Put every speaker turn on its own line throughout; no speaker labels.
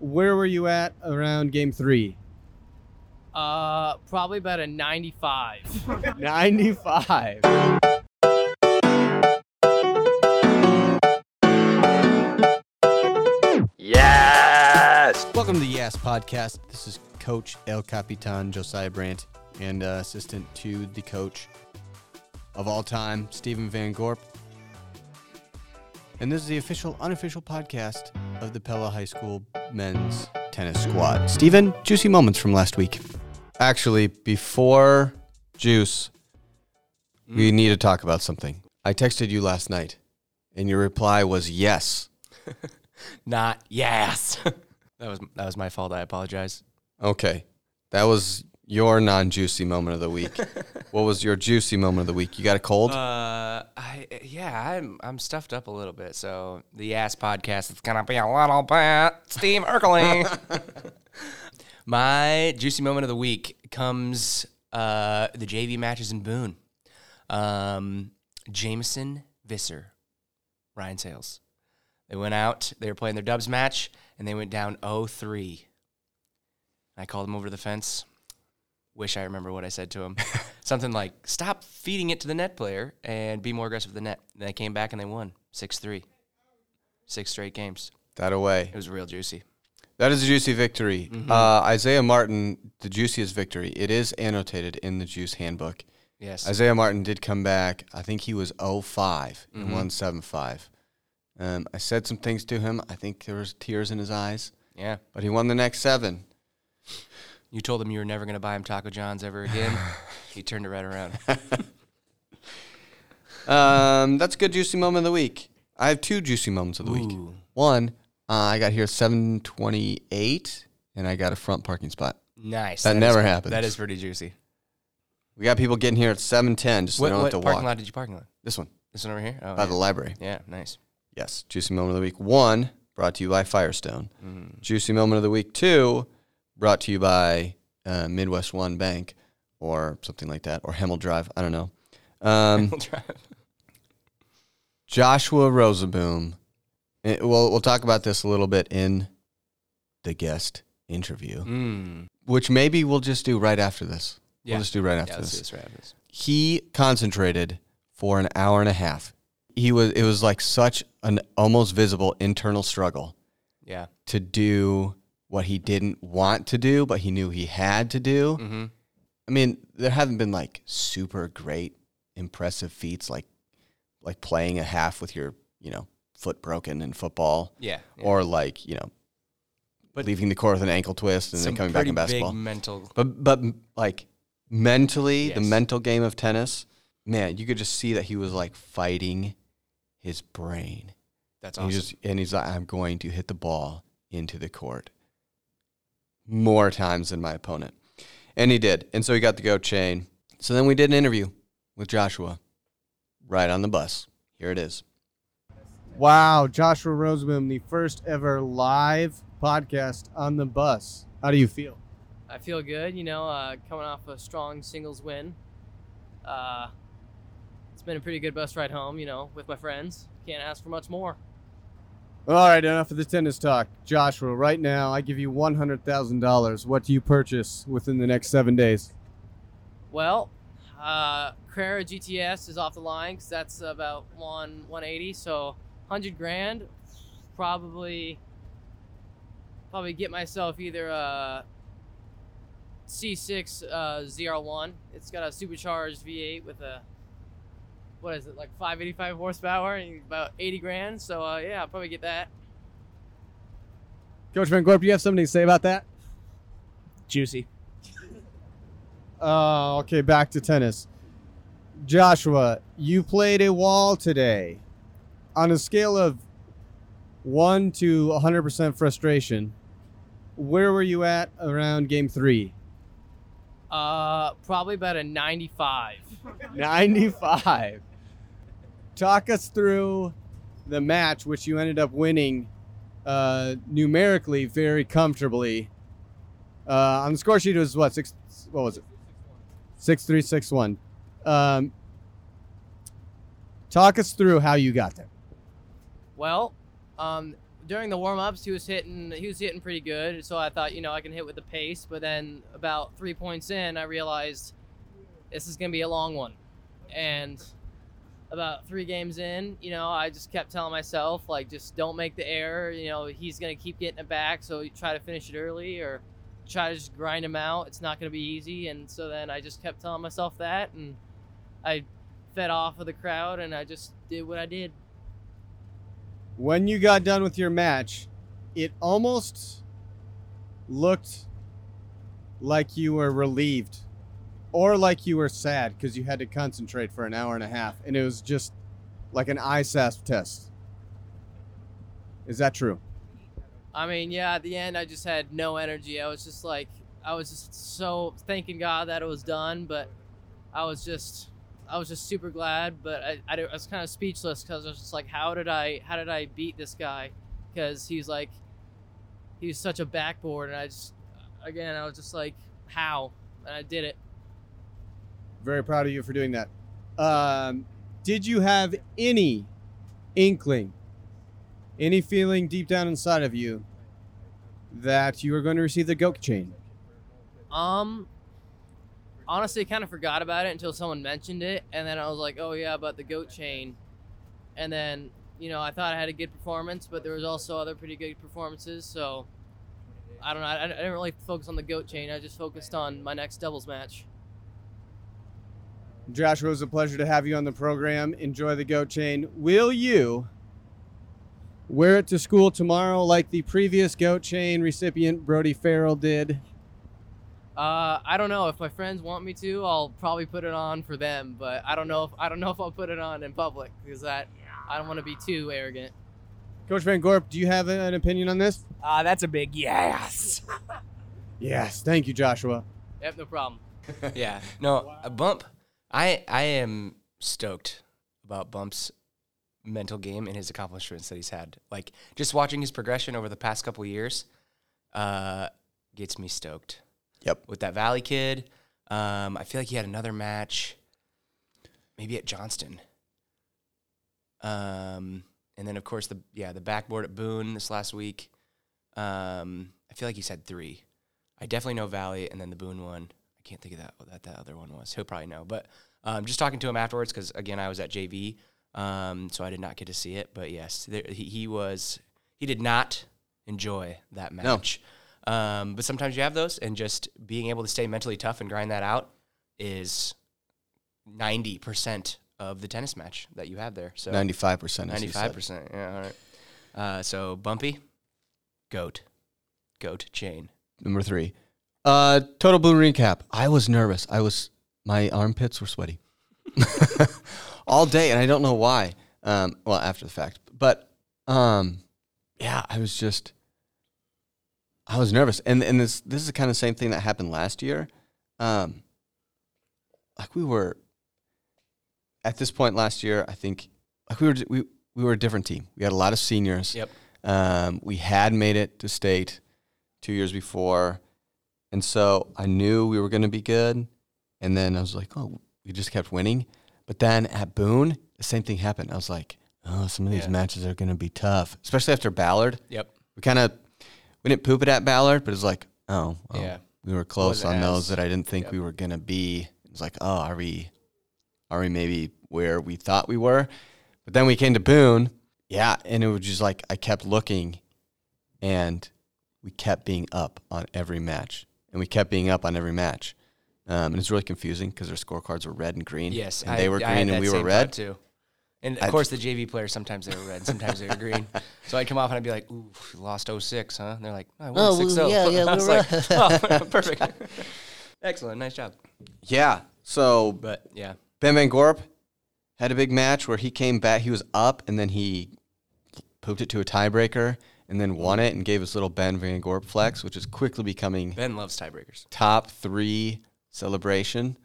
Where were you at around game three?
Uh, probably about a 95.
95.
Yes!
Welcome to the Yes Podcast. This is Coach El Capitan Josiah Brandt and uh, assistant to the coach of all time, Stephen Van Gorp. And this is the official, unofficial podcast of the Pella High School men's tennis squad. Stephen, juicy moments from last week. Actually, before juice, we need to talk about something. I texted you last night, and your reply was yes.
Not yes. that was that was my fault. I apologize.
Okay. That was your non juicy moment of the week. what was your juicy moment of the week? You got a cold?
Uh, I yeah, I'm I'm stuffed up a little bit. So the ass podcast is gonna be a little bit Steve Urkeling. my juicy moment of the week comes uh the JV matches in Boone. Um, Jameson Visser, Ryan Sales. They went out. They were playing their dubs match, and they went down 0-3. I called him over the fence. Wish I remember what I said to him. Something like, "Stop feeding it to the net player and be more aggressive with the net." And they came back and they won 6-3. Six straight games.
that away.
It was real juicy.
That is a juicy victory. Uh, Isaiah Martin, the juiciest victory. It is annotated in the juice handbook.
Yes.
Isaiah Martin did come back. I think he was 05 and
Mm-hmm.
175. Um, I said some things to him. I think there was tears in his eyes,
yeah.
but he won the next seven.
You told him you were never going to buy him Taco John's ever again. he turned it right around.
Um, that's a good juicy moment of the week. I have two juicy moments of the week.
Ooh.
One, uh, I got here seven twenty eight, and I got a front parking spot.
Nice.
That
is-
never happens.
That is pretty juicy.
We got people getting here at seven ten, just so
what
they don't
what
have to
parking
walk.
lot did you parking lot?
This one
This one over here? Oh,
by
yeah.
the library.
yeah, nice.
Yes, juicy moment of the week. One brought to you by Firestone.
Mm-hmm.
Juicy moment of the week. Two brought to you by uh, Midwest One Bank or something like that, or Hemel Drive. I don't know. Um,
We'll drive.
Joshua Rosenboom. eh, Well, we'll talk about this a little bit in the guest interview,
Mm.
which maybe we'll just do right after this.
Yeah.
We'll just do right
Yeah,
after
let's
this.
see this happens.
He concentrated for an hour and a half. He was it was like such an almost visible internal struggle
Yeah.
to do what he didn't want to do, but he knew he had to do.
Mm-hmm.
I mean, there haven't been like super great, impressive feats like like playing a half with your you know foot broken in football,
Yeah. yeah.
or like you know
But-
leaving the court with an ankle twist and
Some
then coming back
pretty
in basketball.
Big mental.
but but like mentally, the
Yes.
mental game of tennis, man, you could just see that he was like fighting his brain.
That's
And
awesome.
He just, and he's like, I'm going to hit the ball into the court more times than my opponent. And he did. And so he got the go chain. So then we did an interview with Joshua right on the bus. Here it is. Wow, Joshua Rosenbaum, the first ever live podcast on the bus. How do you feel?
I feel good, you know, uh, coming off a strong singles win. Uh, it's been a pretty good bus ride home, you know, with my friends. Can't ask for much more.
All right, enough of the tennis talk. Joshua, right now I give you $100,000. What do you purchase within the next seven days?
Well, uh, Carrera GTS is off the line 'cause that's about one 180. So 100 grand, probably, probably get myself either a C6 uh, ZR1. It's got a supercharged V8 with a what is it like 585 horsepower and about 80 grand. So uh, yeah, I'll probably get that.
Coach Van Gorp, do you have something to say about that?
Juicy.
Oh, okay, back to tennis. Joshua, you played a wall today. On a scale of 1 to 100% frustration, where were you at around game 3?
Uh, probably about a 95.
95. Talk us through the match, which you ended up winning uh, numerically very comfortably. Uh, on the score sheet, it was what six? What was it? Six three six one. Um, talk us through how you got there.
Well, um, during the warm ups, he was hitting he was hitting pretty good. So I thought, you know, I can hit with the pace. But then about three points in, I realized this is gonna be a long one. And about three games in, you know, I just kept telling myself like, just don't make the error. You know, he's gonna keep getting it back. So you try to finish it early or try to just grind him out. It's not gonna be easy. And so then I just kept telling myself that, and I fed off of the crowd, and I just did what I did.
when you got done with your match, it almost looked like you were relieved or like you were sad because you had to concentrate for an hour and a half and it was just like an ISAS test. Is that true?
I mean, yeah, at the end, I just had no energy. I was just like, I was just so thanking God that it was done, but I was just, I was just super glad. But I, I, was kind of speechless because I was just like, how did I, how did I beat this guy? Because he's like, he was such a backboard, and I just, again, I was just like, how? And I did it.
Very proud of you for doing that. Um, did you have any inkling, any feeling deep down inside of you that you were going to receive the goat chain?
Um, honestly, kind of forgot about it until someone mentioned it, and then I was like, oh yeah, about the goat chain, and then you know I thought I had a good performance, but there was also other pretty good performances, so I don't know. I, I didn't really focus on the goat chain. I just focused on my next doubles match.
Joshua, it was a pleasure to have you on the program. Enjoy the goat chain. Will you wear it to school tomorrow like the previous goat chain recipient Brody Farrell did?
Uh, I don't know if my friends want me to. I'll probably put it on for them, but I don't know if I don't know if I'll put it on in public because that I don't want to be too arrogant.
Coach Van Gorp, do you have an opinion on this?
Ah, that's a big yes.
Yes. Thank you, Joshua.
Yep, no problem.
yeah. No, a bump. I I am stoked about Bump's mental game and his accomplishments that he's had. Like just watching his progression over the past couple years uh, gets me stoked.
Yep.
With that Valley kid, um, I feel like he had another match, maybe at Johnston. Um, and then of course the yeah the backboard at Boone this last week. Um, I feel like he's had three. I definitely know Valley, and then the Boone one. I can't think of that what that, that other one was. He'll probably know. But um, just talking to him afterwards, because again, I was at JV, um, so I did not get to see it. But yes, there, he, he was. He did not enjoy that match. Um, but sometimes you have those, and just being able to stay mentally tough and grind that out is ninety percent of the tennis match that you have there. So
Ninety-five percent.
ninety-five percent. Yeah, all right. Uh, so bumpy, goat, goat chain.
Number three. Uh, total blue recap. I was nervous. I was my armpits were sweaty all day, and I don't know why. Um, well, after the fact, but um, yeah, I was just I was nervous, and and this this is the kind of same thing that happened last year. Um, like we were at this point last year, I think like we were we we were a different team. We had a lot of seniors.
Yep.
Um, we had made it to state two years before. And so I knew we were going to be good. And then I was like, oh, we just kept winning. But then at Boone, the same thing happened. I was like, oh, some of these
Yeah.
matches are going to be tough, especially after Ballard.
Yep.
We kind of, we didn't poop it at Ballard, but it was like, oh, well,
Yeah.
we were close
Wasn't
on
as-
those that I didn't think
Yep.
we were going to be. It was like, oh, are we, are we maybe where we thought we were? But then we came to Boone. Yeah. And it was just like, I kept looking and we kept being up on every match, and we kept being up on every match. Um, and it's really confusing because their scorecards were red and green.
Yes,
and they were
I
green
had
and
that
we were
same
red.
thought too. And of
I-
course, the JV players sometimes they were red, sometimes they were green. So I'd come off and I'd be like, "Ooh, lost 06, huh?" And they're like, "No, I won
Oh,
6
well, yeah, yeah,
I was
we're
like, "Oh, perfect, excellent, nice job."
Yeah. So
But yeah,
Ben Van Gorp had a big match where he came back. He was up, and then he pooped it to a tiebreaker, and then won it, and gave his little Ben Van Gorp flex, which is quickly becoming
Ben loves tiebreakers.
top three celebration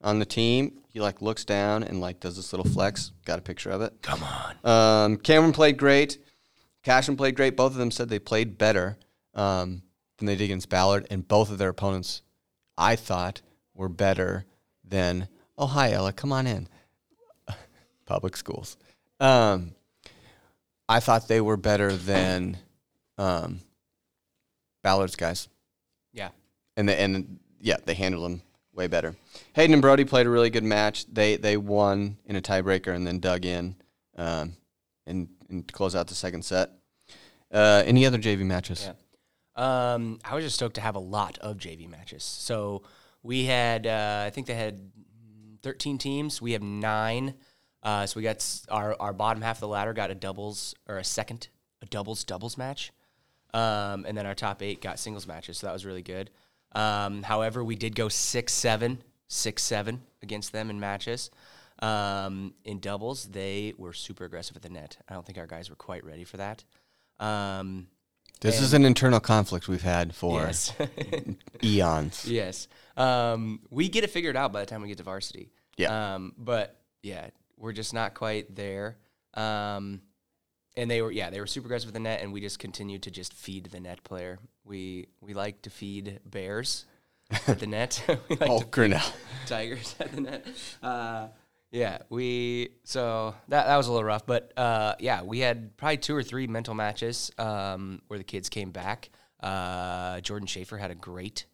on the team. He like looks down and like does this little flex. Got a picture of it.
Come on,
Um, Cameron played great. Cashin played great. Both of them said they played better um, than they did against Ballard, and both of their opponents, I thought, were better than. Oh, hi, Ella. Come on in. Public schools. Um, I thought they were better than um, Ballard's guys.
Yeah.
And they, and yeah, they handled them way better. Hayden and Brody played a really good match. They they won in a tiebreaker and then dug in um, and and to close out the second set. Uh, any other JV matches?
Yeah. Um, I was just stoked to have a lot of JV matches. So we had, uh, I think they had 13 teams. We have nine. Uh, so we got s- our, our bottom half of the ladder got a doubles or a second, a doubles doubles match. Um, and then our top eight got singles matches. So that was really good. Um, however, we did go six seven, six seven against them in matches. Um, in doubles, they were super aggressive at the net. I don't think our guys were quite ready for that. Um,
This is an internal conflict we've had for
yes.
eons.
Yes. Um, we get it figured out by the time we get to varsity.
Yeah.
Um, but yeah, we're just not quite there. Um, and they were yeah they were super aggressive with the net, and we just continued to just feed the net player. We we like to feed bears at the net. we like
Oh,
to
Grinnell.
tigers at the net. Uh, yeah, we so that that was a little rough, but uh, yeah, we had probably two or three mental matches um, where the kids came back. Uh, Jordan Schaefer had a great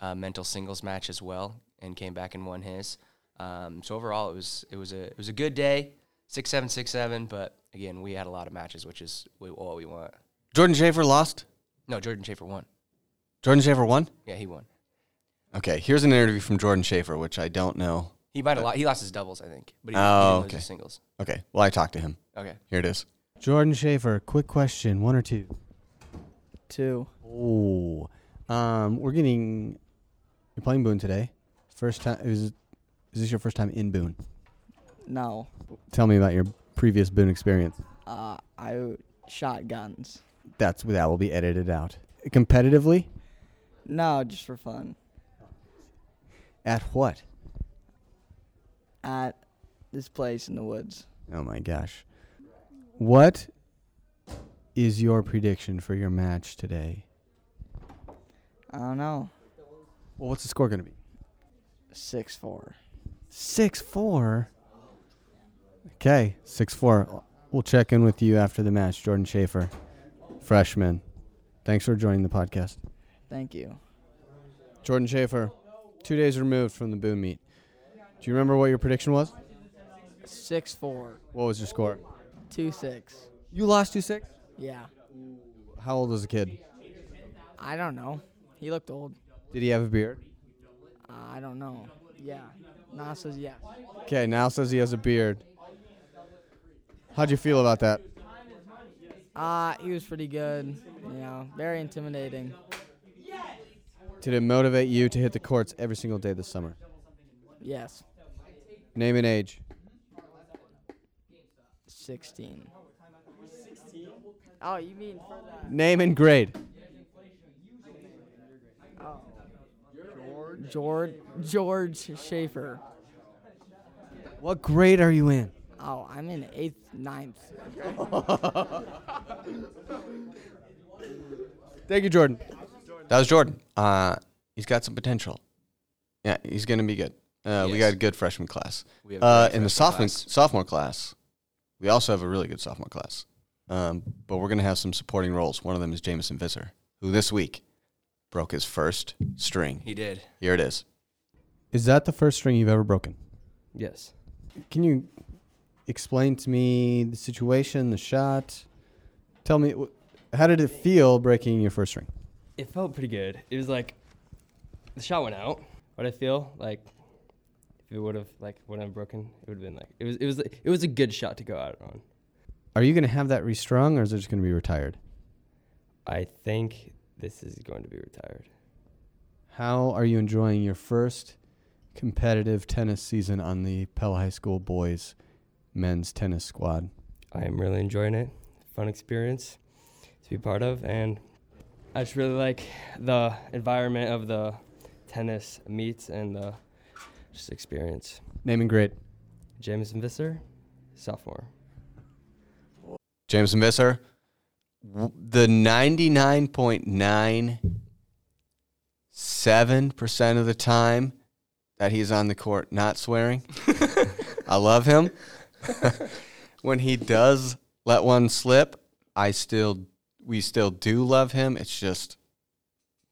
uh, mental singles match as well, and came back and won his. Um, so overall, it was it was a it was a good day, six seven six seven. But again, we had a lot of matches, which is we- all we want.
Jordan Schaefer lost.
No, Jordan Schaefer won.
Jordan Schaefer won.
Yeah, he won.
Okay, here's an interview from Jordan Schaefer, which I don't know.
He might have lo- he lost his doubles, I think, but he,
Uh, Oh,
he didn't lose
okay.
his singles.
Okay, well I talked to him.
Okay.
Here it is.
Jordan Schaefer, quick question, one or two.
Two.
Oh, um, we're getting. You're playing Boone today. First time is is this your first time in Boone?
No.
Tell me about your previous Boone experience.
Uh, I shot guns.
That's that will be edited out. Competitively,
No, just for fun.
at what?
At this place in the woods.
Oh my gosh, what is your prediction for your match today?
I don't know.
Well, what's the score going to be?
Six four.
Six four. Okay, six four. We'll check in with you after the match, Jordan Schaefer, freshman. Thanks for joining the podcast,
Thank you.
Jordan Schaefer. Two days removed from the boom meet. Do you remember what your prediction was?
Six four.
What was your score?
Two six.
You lost two six.
Yeah.
How old was the kid?
I don't know. He looked old.
Did he have a beard?
I don't know. Yeah. Nah says yes.
Okay, now says he has a beard. How'd you feel about that?
Uh, he was pretty good. You know, very intimidating.
Did it motivate you to hit the courts every single day this summer?
Yes.
Name and age.
Sixteen. Oh, you mean for that?
Name and grade.
George George Schaefer.
What grade are you in?
Oh, I'm in eighth, ninth.
Thank you, Jordan.
That was Jordan. Uh, he's got some potential. Yeah, he's gonna be good. Uh, We
Yes.
got a good freshman class.
We have a
Uh,
great
in the sophomore
freshman class.
sophomore class, we also have a really good sophomore class. Um, but we're gonna have some supporting roles. One of them is Jameson Visser, who this week broke his first string.
He did.
Here it is.
Is that the first string you've ever broken?
Yes.
Can you explain to me the situation, the shot? Tell me, wh- how did it feel breaking your first string?
It felt pretty good. It was like the shot went out. What I feel like if it would have like would have broken, it would have been like it was it was it was a good shot to go out on.
Are you going to have that restrung or is it just going to be retired?
I think this is going to be retired.
How are you enjoying your first competitive tennis season on the Pell High School boys men's tennis squad?
I am really enjoying it. Fun experience to be part of and I just really like the environment of the tennis meets and the just experience.
Name and grade.
Jameson Visser, sophomore.
Jameson Visser, w- the 99.97% of the time that he's on the court not swearing, I love him. when he does let one slip. I still, we still do love him. It's just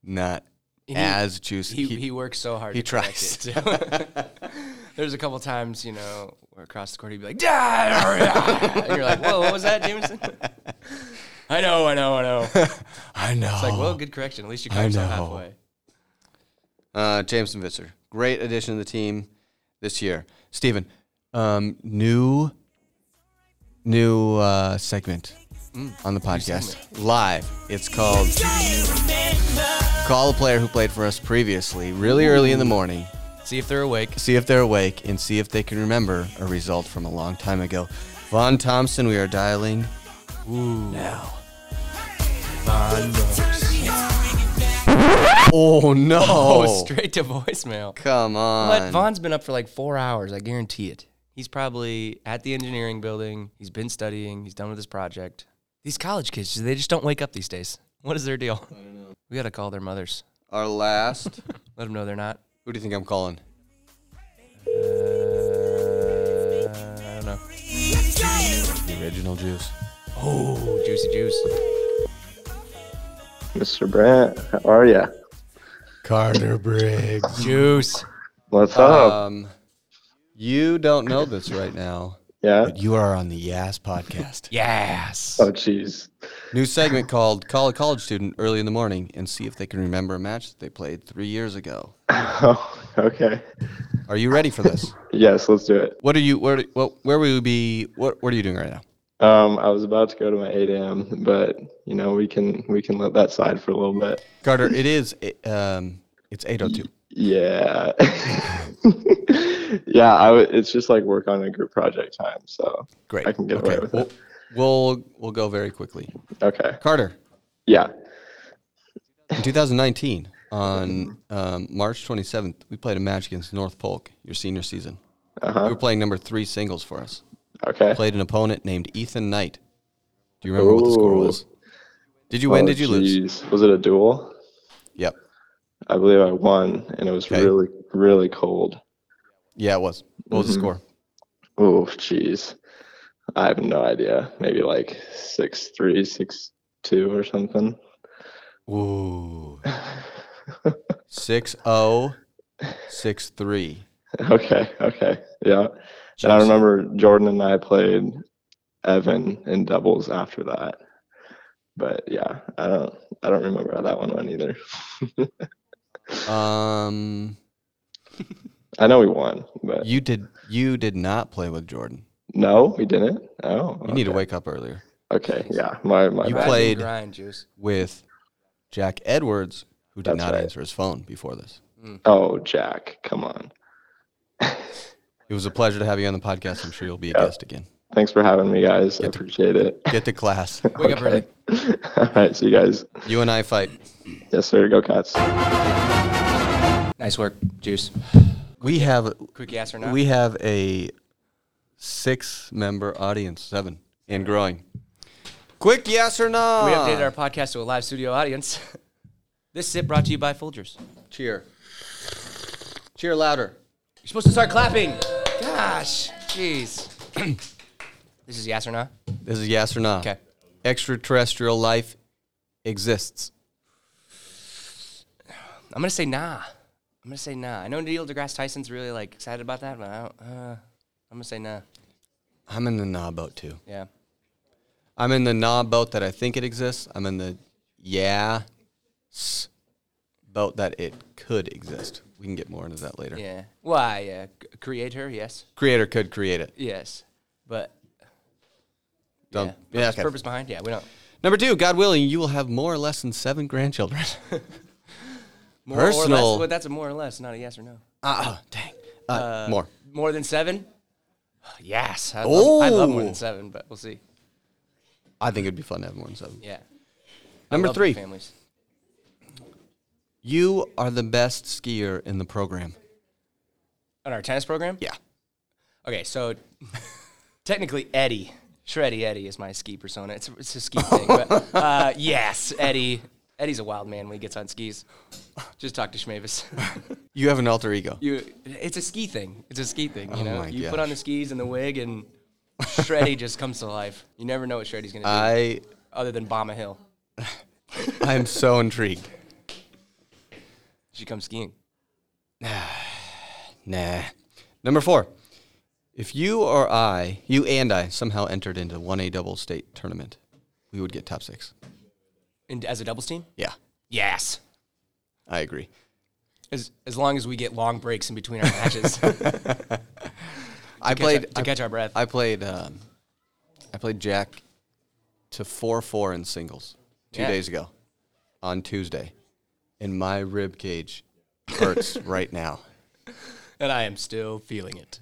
not
He-
as juicy.
He, he, works so hard.
he
to correct
tries.
it. There's a couple times, you know, where across the court he'd be like, "Diarrhea," and you're like, "Whoa, what was that, Jameson?" I know, I know, I know. It's
I know.
like, well, good correction. At least you
I
caught yourself
know.
halfway.
Uh, Jameson Visser, great addition to the team this year. Steven, um, new new uh, segment
Mm.
on the podcast live. It's called Call a player who played for us previously, really early in the morning.
See if they're awake.
See if they're awake and see if they can remember a result from a long time ago. Von Thompson, we are dialing now. Oh no!
Oh, straight to voicemail.
Come on.
But Vaughn's been up for like four hours. I guarantee it. He's probably at the engineering building. He's been studying. He's done with his project. These college kids, they just don't wake up these days. What is their deal? I don't know. We gotta call their mothers.
Our last.
Let them know they're not.
Who do you think I'm calling?
Uh, I don't know.
The original juice.
Oh, juicy juice.
Mr. Brant, how are ya?
Carter Briggs.
Juice.
What's up?
Um, you don't know this right now,
Yeah.
but you are on the Yas podcast.
Yes.
Oh, jeez.
New segment called Call a College Student Early in the Morning and see if they can remember a match that they played three years ago.
Oh, okay.
Are you ready for this?
Yes, let's do it.
What are you, where, what, where will you be, what, what are you doing right now?
Um, I was about to go to my 8 a.m., but you know we can we can let that slide for a little bit.
Carter, it is, it, um, it's 8.02.
Yeah. yeah. I w- it's just like work on a group project time, so
Great.
I can get away
Okay.
with
We'll,
it.
we'll, we'll go very quickly.
Okay.
Carter,
Yeah.
In 2019, on um, March 27th, we played a match against North Polk, your senior season.
Uh
You
huh.
were playing number three singles for us.
Okay.
Played an opponent named Ethan Knight. Do you remember what the score
Ooh.
was? Did you win?
Oh,
Did you lose?
jeez. Was it a duel?
Yep.
I believe I won, and it was
Okay.
really really cold.
Yeah, it was. What was the
Mhm.
score?
Oh, jeez. I have no idea. Maybe like six three, six two or something.
Ooh. oh, 6 0, 6 3.
Okay, okay. Yeah. And I remember Jordan and I played Evan in doubles after that. But yeah, I don't I don't remember how that one went either.
Um,
I know we won, but
you did you did not play with Jordan.
no, we didn't. Oh,
You need to
okay.
wake up earlier.
Okay, yeah. My my
You
bad.
played-
Grind, juice.
With Jack Edwards, who did
That's
not
right.
answer his phone before this.
Oh, Jack, come on.
It was a pleasure to have you on the podcast. I'm sure you'll be a
Yeah.
guest again.
Thanks for having me, guys. I
Get the-
appreciate it.
Get to class.
Wake up early.
All right, see you guys.
You and I fight.
Yes, sir. Go Cats.
Nice work, juice.
We have
Quick yes or no?
we have a six member audience, seven and growing. Quick yes or no?
Ah.
We updated our podcast to a live studio audience. this sip brought to you by Folgers.
cheer. Cheer louder.
You're supposed to start clapping. Gosh, jeez. this is yes or no?
This is yes or no.
Okay.
Extraterrestrial life exists.
I'm gonna say nah. I'm gonna say nah. I know Neil deGrasse Tyson's really like excited about that, but I don't. Uh, I'm gonna say nah.
I'm in the nah boat too.
Yeah.
I'm in the nah boat that I think it exists. I'm in the yeah s boat that it could exist. We can get more into that later.
Yeah. Why? Yeah. C- create her. Yes.
Creator could create it.
Yes. But
Don't,
yeah.
yeah,
Purpose-
okay.
Purpose behind. Yeah. We don't.
Number two, God willing, you will have more or less than seven grandchildren.
More or less-
Personal.
well, that's a more or less, not a yes or no.
Ah, oh, dang. Uh, more.
More than seven? Yes. I'd love, I'd love more
Oh.
than seven, but we'll see.
I think it'd be fun to have more than seven.
Yeah. I
Number
love big
three,
Families.
you are the best skier in the program.
On our tennis program?
Yeah.
Okay, so technically Eddie, Shreddy Eddie is my ski persona. It's, it's a ski thing, but uh, yes, Eddie. Eddie's a wild man when he gets on skis. Just talk to Schmavis.
You have an alter ego.
you, it's a ski thing. It's a ski thing. You
Oh
know,
my
you put on
gosh.
the skis and the wig and Shreddy just comes to life. You never know what Shreddy's gonna do,
I
other than bomb a hill.
I'm so intrigued.
She comes skiing.
Nah. Number four. If you or I, you and I, somehow entered into one A double state tournament, we would get top six.
And as a doubles team,
Yeah,
yes.
I agree.
As as long as we get long breaks in between our matches,
I played.
to catch our breath.
I, I played. Um, I played Jack to four four in singles two
Yeah.
days ago on Tuesday, and my rib cage hurts right now.
and I am still feeling it.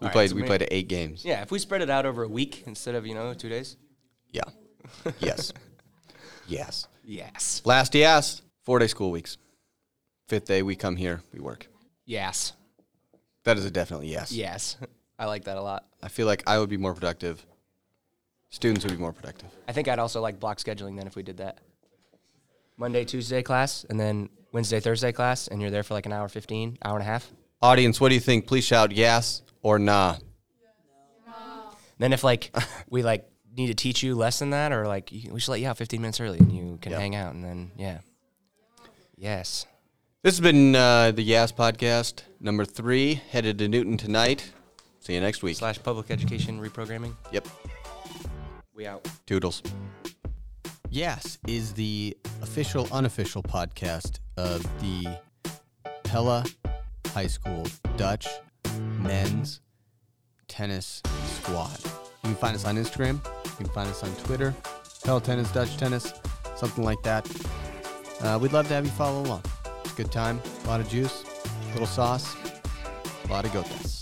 We
right,
played.
so
we
may-
played eight games.
Yeah, if we spread it out over a week instead of you know two days.
Yeah. Yes. yes.
Yes.
Last yes. Four day school weeks. Fifth day we come here. We work.
Yes.
That is a definitely yes.
Yes. I like that a lot.
I feel like I would be more productive. Students would be more productive.
I think I'd also like block scheduling then if we did that. Monday, Tuesday class, and then Wednesday, Thursday class, and you're there for like an hour 15, hour and a half.
Audience, what do you think? Please shout yes or nah.
Then if like we like need to teach you less than that, or like you, we should let you out 15 minutes early and you can
Yep.
hang out, and then yeah, yes,
This has been uh, the Yes Podcast, number three, headed to Newton tonight. See you next week.
slash public education reprogramming.
Yep.
We out.
Toodles. Yes is the official, unofficial podcast of the Pella High School Dutch men's tennis squad. You can find us on Instagram. You can find us on Twitter. Pella Tennis, Dutch Tennis, something like that. Uh, we'd love to have you follow along. It's a good time. A lot of juice, a little sauce, a lot of gotas.